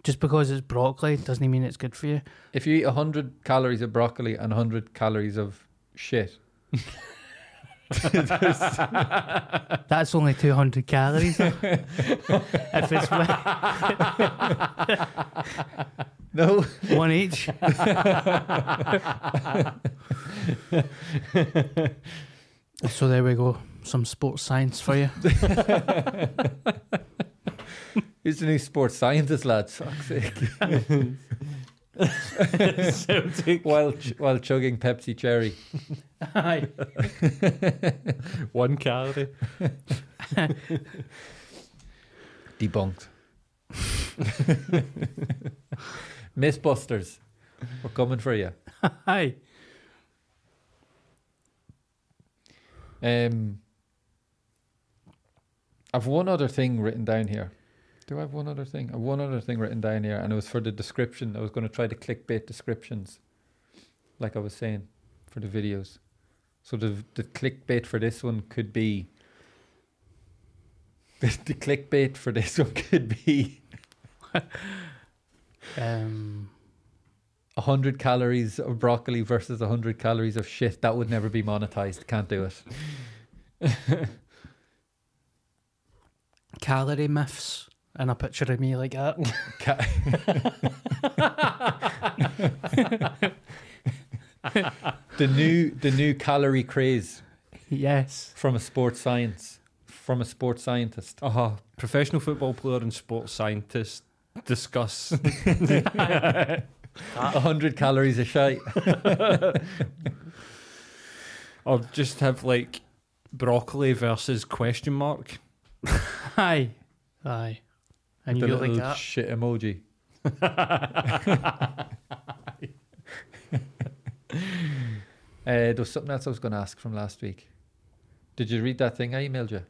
Speaker 2: Just because it's broccoli doesn't mean it's good for you.
Speaker 1: If you eat 100 calories of broccoli and 100 calories of shit,
Speaker 2: That's only 200 calories. though. if it's one-
Speaker 1: no,
Speaker 2: one each. so there we go. Some sports science for you.
Speaker 1: he's the new sports scientist, lads. Fuck's sake. while, ch- while chugging Pepsi Cherry.
Speaker 2: Aye.
Speaker 3: One calorie.
Speaker 1: Debunked. Mythbusters, we're coming for you.
Speaker 2: Aye.
Speaker 1: Um, I've one other thing written down here. Do I have one other thing? I have one other thing written down here, and it was for the description. I was going to try to clickbait descriptions, like I was saying, for the videos. So the the clickbait for this one could be. The clickbait for this one could be
Speaker 2: Um,
Speaker 1: 100 calories of broccoli versus 100 calories of shit. That would never be monetized. Can't do it.
Speaker 2: calorie myths and a picture of me like that.
Speaker 1: Ca- the new the new calorie craze
Speaker 2: yes.
Speaker 1: from a sports science from a sports scientist.
Speaker 3: Uh huh. Professional football player and sports scientist discuss.
Speaker 2: Ah.
Speaker 1: A hundred calories a shite.
Speaker 3: or just have like broccoli versus question mark.
Speaker 2: Aye. Aye. And
Speaker 1: The
Speaker 2: you like
Speaker 1: little
Speaker 2: that.
Speaker 1: shit emoji. uh, there was something else I was going to ask from last week. Did you read that thing I emailed you?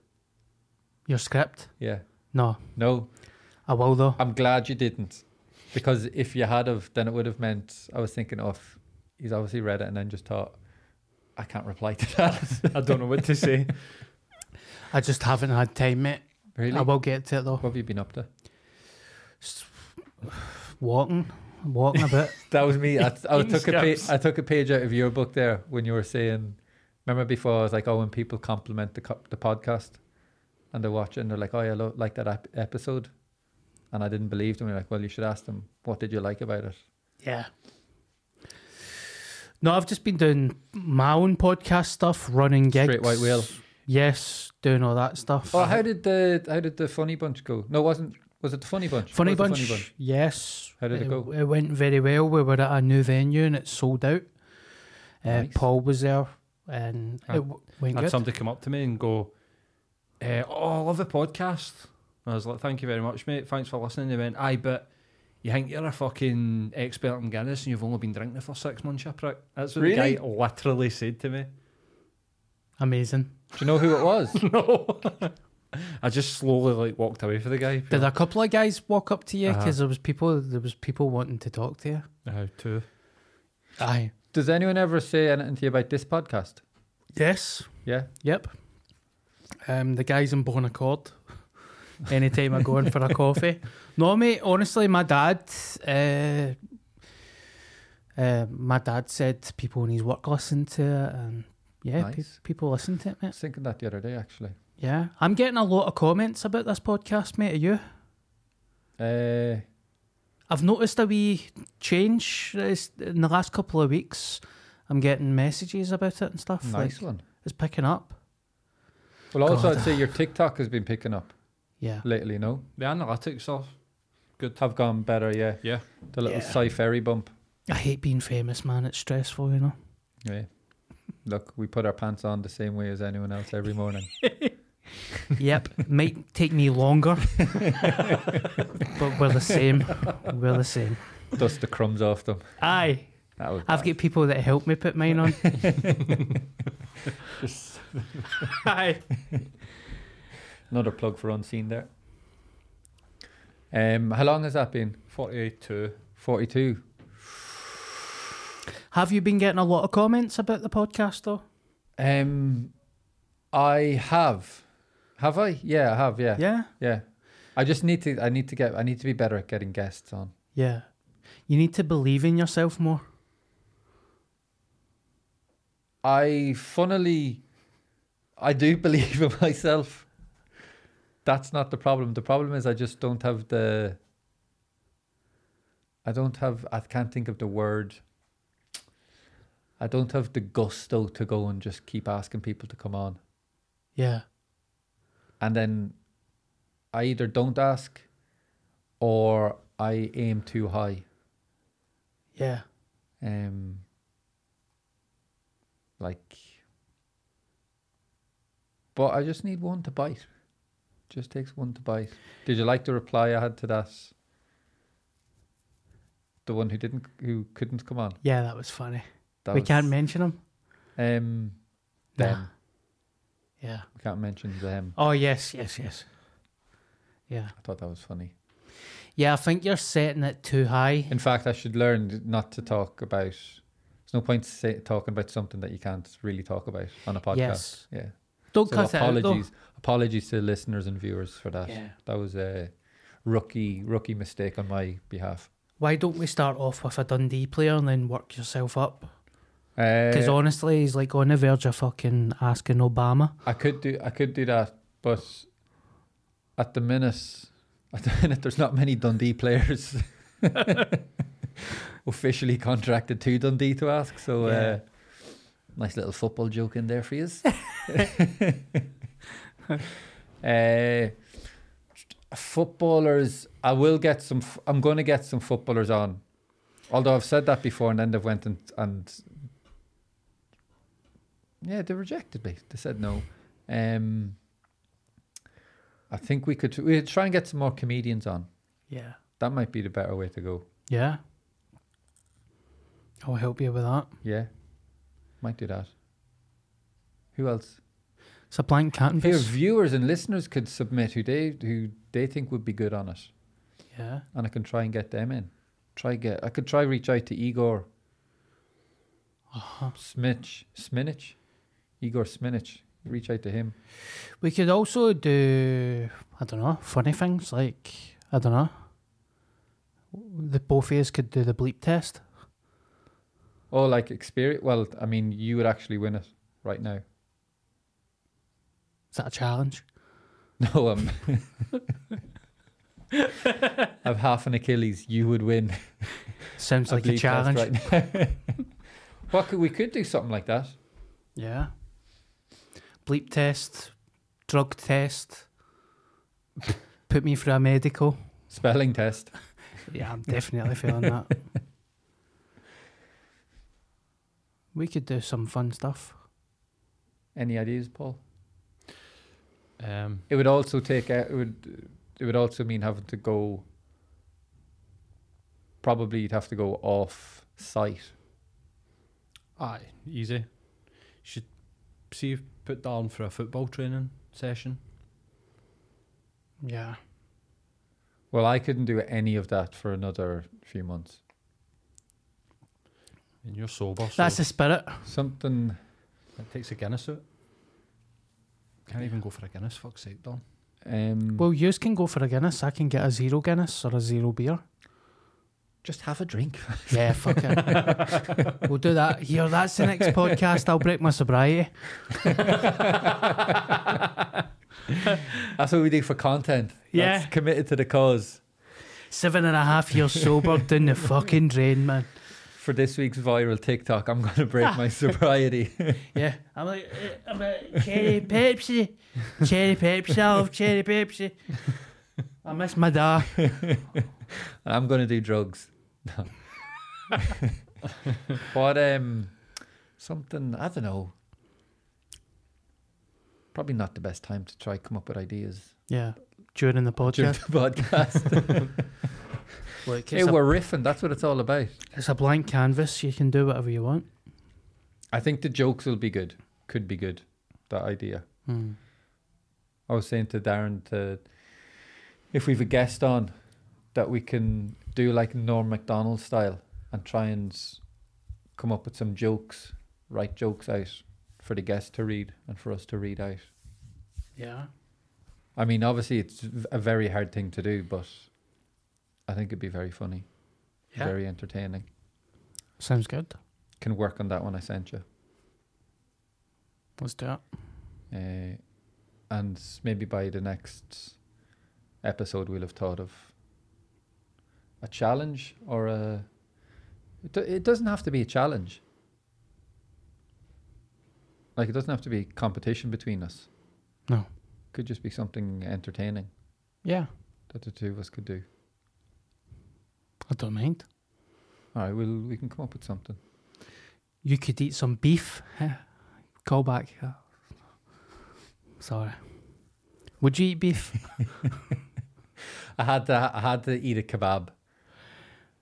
Speaker 2: Your script?
Speaker 1: Yeah.
Speaker 2: No.
Speaker 1: No.
Speaker 2: I will though.
Speaker 1: I'm glad you didn't, because if you had of, then it would have meant I was thinking of. He's obviously read it and then just thought, I can't reply to that.
Speaker 3: I don't know what to say.
Speaker 2: I just haven't had time, mate.
Speaker 1: really?
Speaker 2: I
Speaker 1: what
Speaker 2: will get to it though.
Speaker 1: have you been up to?
Speaker 2: Walking. Walking a bit.
Speaker 1: That was me. I, I took a page.
Speaker 3: Scraps.
Speaker 1: I took a page out of your book there when you were saying. Remember before I was like, oh, when people compliment the co- the podcast, and they watch it and they're like, oh, yeah, lo- like that ep- episode, and I didn't believe them. You're like, well, you should ask them what did you like about it.
Speaker 2: Yeah. No, I've just been doing my own podcast stuff, running gigs.
Speaker 1: Straight white whale.
Speaker 2: Yes, doing all that stuff.
Speaker 1: Oh, how did the how did the funny bunch go? No, it wasn't was it the funny bunch?
Speaker 2: funny,
Speaker 1: It was the
Speaker 2: bunch, Yes.
Speaker 1: How did it go?
Speaker 2: It went very well. We were at a new venue and it sold out. Uh,
Speaker 1: Nice.
Speaker 2: Paul was there and
Speaker 3: Ah,
Speaker 2: it w- went
Speaker 3: I
Speaker 2: good.
Speaker 3: had somebody come up to me and go, eh, "Oh, I love the podcast." And I was like, "Thank you very much, mate. Thanks for listening." They went, "Aye, but you think you're a fucking expert in Guinness and you've only been drinking it for six months, you prick." That's what
Speaker 1: Really?
Speaker 3: the guy literally said to me.
Speaker 2: Amazing.
Speaker 1: Do you know who it was?
Speaker 3: no, I just slowly like walked away from the guy.
Speaker 2: Did a couple of guys walk up to you
Speaker 3: Uh-huh.
Speaker 2: because there was people there was people wanting to talk to you?
Speaker 3: How to?
Speaker 2: Aye.
Speaker 1: Does anyone ever say anything to you about this podcast?
Speaker 2: Yes.
Speaker 1: Yeah.
Speaker 2: Yep. Um, the guys in Born Accord. Anytime I go in for a coffee. No, mate, honestly, my dad, uh, Uh, my dad said people in his work listen to it, and yeah, pe-
Speaker 1: Nice.
Speaker 2: people listen to it,
Speaker 1: I
Speaker 2: mate.
Speaker 1: was thinking that the other day, actually.
Speaker 2: Yeah, I'm getting a lot of comments about this podcast, mate. Are you?
Speaker 1: Uh,
Speaker 2: I've noticed a wee change is- in the last couple of weeks. I'm getting messages about it and stuff.
Speaker 1: nice
Speaker 2: Like,
Speaker 1: one.
Speaker 2: it's picking up.
Speaker 1: Well, also,
Speaker 2: God.
Speaker 1: I'd say your TikTok has been picking up
Speaker 2: Yeah.
Speaker 1: lately, no?
Speaker 3: The analytics are
Speaker 1: Have gone better, yeah.
Speaker 3: yeah.
Speaker 1: The little
Speaker 2: Yeah.
Speaker 1: Psy Ferry bump.
Speaker 2: I hate being famous, man. It's stressful, you know.
Speaker 1: Yeah. Look, we put our pants on the same way as anyone else every morning.
Speaker 2: Yep. Might take me longer, but we're the same. We're the same.
Speaker 1: Dust the crumbs off them.
Speaker 2: Aye.
Speaker 1: That was
Speaker 2: I've
Speaker 1: bad.
Speaker 2: got people that help me put mine on. Aye.
Speaker 1: Another plug for Unseen there. Um, how long has that been?
Speaker 3: 42.
Speaker 1: 42.
Speaker 2: Have you been getting a lot of comments about the podcast, though?
Speaker 1: Um, I have. Have I? Yeah, I have. Yeah.
Speaker 2: Yeah.
Speaker 1: Yeah. I just need to, I need to get, I need to be better at getting guests on.
Speaker 2: Yeah. You need to believe in yourself more.
Speaker 1: I funnily, I do believe in myself. That's not the problem. The problem is I just don't have the. I don't have. I can't think of the word. I don't have the gusto to go and just keep asking people to come on,
Speaker 2: Yeah.
Speaker 1: and then I either don't ask, or I aim too high.
Speaker 2: Yeah.
Speaker 1: Um. Like. But I just need one to bite. Just takes one to bite. Did you like the reply I had to that? The one who didn't, who couldn't come on.
Speaker 2: Yeah, that was funny.
Speaker 1: That
Speaker 2: we
Speaker 1: was-
Speaker 2: can't mention them.
Speaker 1: Um. Them.
Speaker 2: Nah. Yeah.
Speaker 1: We can't mention them.
Speaker 2: Oh yes, yes, yes. Yeah.
Speaker 1: I thought that was funny.
Speaker 2: Yeah, I think you're setting it too high.
Speaker 1: In fact, I should learn not to talk about. There's no point say, talking about something that you can't really talk about on a podcast.
Speaker 2: Yes.
Speaker 1: Yeah.
Speaker 2: Don't
Speaker 1: So
Speaker 2: cut it out
Speaker 1: apologies, apologies to listeners and viewers for that.
Speaker 2: though. uh, Yeah.
Speaker 1: That was a rookie rookie mistake on my behalf.
Speaker 2: Why don't we start off with a Dundee player and then work yourself up? Because
Speaker 1: Uh,
Speaker 2: honestly, he's like on the verge of fucking asking Obama.
Speaker 1: I could do I could do that, but at the minute, at the minute, there's not many Dundee players officially contracted to Dundee to ask. So, uh,
Speaker 2: Yeah.
Speaker 1: nice little football joke in there for you. uh, footballers, I will get some. f- I'm going to get some footballers on. Although I've said that before, and then they've went and and yeah, they rejected me. They said no. Um, I think we could we could try and get some more comedians on.
Speaker 2: Yeah.
Speaker 1: That might be the better way to go.
Speaker 2: Yeah. I'll help you with that.
Speaker 1: Yeah, might do that. Who else?
Speaker 2: It's a blank
Speaker 1: Here,
Speaker 2: canvas.
Speaker 1: viewers and listeners could submit who they who they think would be good on it,
Speaker 2: Yeah.
Speaker 1: and I can try and get them in. Try get I could try reach out to Igor
Speaker 2: Uh-huh.
Speaker 1: Smitch Sminich, Igor Sminich. Reach out to him.
Speaker 2: We could also do I don't know funny things like I don't know. The both of us could do the bleep test.
Speaker 1: Oh, like experience. Well, I mean, you would actually win it right now.
Speaker 2: Is that a challenge?
Speaker 1: No, um, I've half an Achilles. You would win.
Speaker 2: Sounds
Speaker 1: a
Speaker 2: like a
Speaker 1: bleed test
Speaker 2: challenge.
Speaker 1: right now. what could we could do something like that?
Speaker 2: Yeah. Bleep test, drug test. Put me through a medical.
Speaker 1: Spelling test.
Speaker 2: Yeah, I'm definitely feeling that. We could do some fun stuff.
Speaker 1: Any ideas, Paul?
Speaker 3: Um,
Speaker 1: It would also take. out- It would. It would also mean having to go. Probably you'd have to go off site.
Speaker 3: aye, easy. Should see if put down for a football training session.
Speaker 2: Yeah.
Speaker 1: Well, I couldn't do any of that for another few months.
Speaker 3: And you're sober, so
Speaker 2: That's the spirit.
Speaker 1: Something.
Speaker 3: it takes a Guinness out. Can't even go for a Guinness, fuck's sake, Don.
Speaker 1: Um,
Speaker 2: Well, yous can go for a Guinness. I can get a zero Guinness or a zero beer.
Speaker 1: Just have a drink.
Speaker 2: Yeah, fuck it. we'll do that here. That's the next podcast. I'll break my sobriety.
Speaker 1: That's what we do for content.
Speaker 2: Yeah.
Speaker 1: That's committed to the cause.
Speaker 2: Seven and a half years sober down the fucking drain, man.
Speaker 1: For this week's viral TikTok, I'm going to break my sobriety.
Speaker 2: Yeah. I'm like, eh, I'm like cherry Pepsi. Cherry Pepsi. I love cherry Pepsi. I miss my dad.
Speaker 1: and I'm going to do drugs. No. but um, something I don't know. Probably not the best time to try come up with ideas
Speaker 2: Yeah. During the
Speaker 1: during
Speaker 2: podcast.
Speaker 1: the podcast.
Speaker 2: Look,
Speaker 1: hey,
Speaker 2: it's, a,
Speaker 1: we're riffing. That's what it's all about.
Speaker 2: it's a blank canvas. You can do whatever you want.
Speaker 1: I think the jokes will be good. Could be good. That idea.
Speaker 2: Hmm.
Speaker 1: I was saying to Darren to if we've a guest on that we can do like Norm Macdonald style and try and s- come up with some jokes, write jokes out for the guest to read and for us to read out.
Speaker 2: Yeah.
Speaker 1: I mean, obviously it's v- a very hard thing to do, but I think it'd be very funny,
Speaker 2: Yeah.
Speaker 1: very entertaining.
Speaker 2: Sounds good.
Speaker 1: Can work on that one I sent you.
Speaker 2: Let's do it.
Speaker 1: Uh, and s- maybe by the next episode, we'll have thought of a challenge or a. It, do- it doesn't have to be a challenge. Like, it doesn't have to be competition between us.
Speaker 2: No.
Speaker 1: Could just be something entertaining
Speaker 2: Yeah.
Speaker 1: that the two of us could do.
Speaker 2: I don't mind.
Speaker 1: All right, we'll, we can come up with something.
Speaker 2: You could eat some beef. Huh. Call back. Uh, Sorry. Would you eat beef?
Speaker 1: I had to, I had to eat a kebab.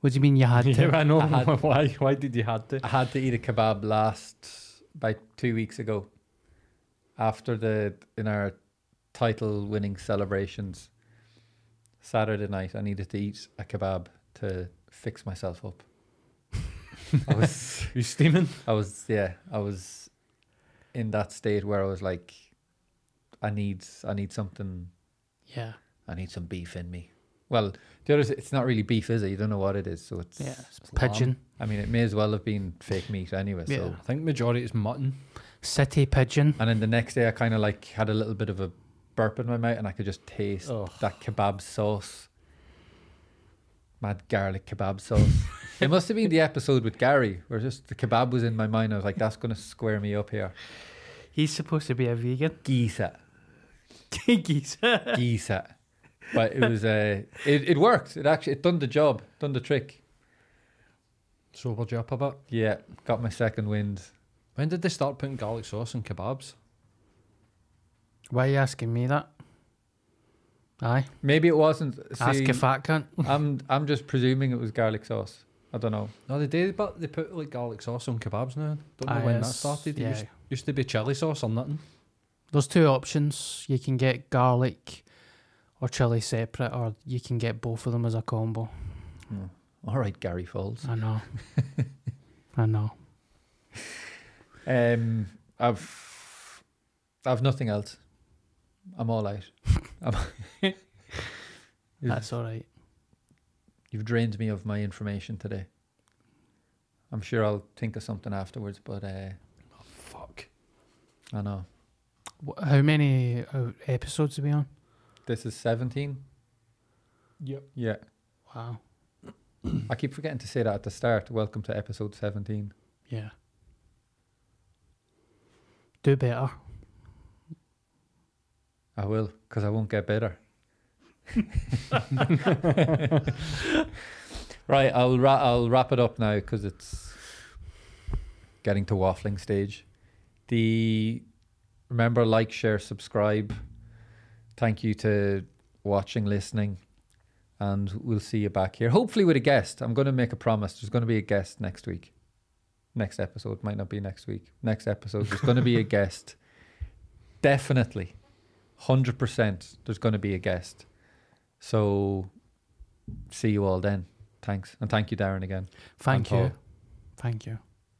Speaker 2: what do you mean you had
Speaker 3: Yeah,
Speaker 2: to?
Speaker 3: I know.
Speaker 1: I had-
Speaker 3: why? Why did you had to?
Speaker 1: I had to eat a kebab last about two weeks ago, after the in our title winning celebrations. Saturday night, I needed to eat a kebab to fix myself up. I was,
Speaker 3: You steaming?
Speaker 1: I was, yeah, I was in that state where I was like, I need, I need something,
Speaker 2: Yeah.
Speaker 1: I need some beef in me. Well, the other, is- it's not really beef, is it? You don't know what it is, so it's.
Speaker 2: Yeah. It's pigeon.
Speaker 1: I mean, it may as well have been fake meat anyway. So.
Speaker 2: Yeah.
Speaker 3: I think majority is mutton.
Speaker 2: City pigeon.
Speaker 1: And then the next day, I kind of like had a little bit of a burp in my mouth, and I could just taste
Speaker 3: Ugh.
Speaker 1: that kebab sauce. Mad garlic kebab sauce. it must have been the episode with Gary where just the kebab was in my mind. I was like, that's going to square me up here.
Speaker 2: He's supposed to be a vegan.
Speaker 1: Gisa,
Speaker 2: Geese.
Speaker 1: Gisa. But it was, uh, it, it worked. It actually, it done the job, done the trick.
Speaker 3: Sobered you up a bit.
Speaker 1: Yeah, got my second wind.
Speaker 3: When did they start putting garlic sauce in kebabs?
Speaker 2: Why are you asking me that? Aye.
Speaker 1: Maybe it wasn't.
Speaker 2: Ask
Speaker 1: see,
Speaker 2: a fat cunt.
Speaker 1: I'm, I'm just presuming it was garlic sauce. I don't know.
Speaker 3: No, they did, but they put like garlic sauce on kebabs now. Don't know
Speaker 2: Aye,
Speaker 3: when that
Speaker 2: it's-
Speaker 3: started. It
Speaker 2: yeah.
Speaker 3: used, used to be chili sauce or nothing.
Speaker 2: There's two options. You can get garlic or chili separate, or you can get both of them as a combo.
Speaker 1: Hmm. All right, Gary Falls.
Speaker 2: I know. I know.
Speaker 1: Um, I've I've nothing else. I'm all out. I'm,
Speaker 2: That's all right.
Speaker 1: you've drained me of my information today. I'm sure I'll think of something afterwards, but uh,
Speaker 3: Fuck.
Speaker 1: I know
Speaker 2: Wh- How many uh, episodes are we on?
Speaker 1: this is 17.
Speaker 3: Yep.
Speaker 1: Yeah,
Speaker 2: Wow.
Speaker 1: I keep forgetting to say that at the start. Welcome to episode 17.
Speaker 2: Yeah. Do better.
Speaker 1: I will, because I won't get better. right, I'll ra- I'll wrap it up now because it's getting to waffling stage. The remember like, share, subscribe. Thank you to watching, listening, and we'll see you back here. Hopefully with a guest. I'm going to make a promise. There's going to be a guest next week. Next episode might not be next week. Next episode there's going to be a guest. Definitely hundred percent there's going to be a guest. So see you all then. Thanks and thank you, Darren, again.
Speaker 2: Thank
Speaker 1: Paul.
Speaker 2: you. Thank you.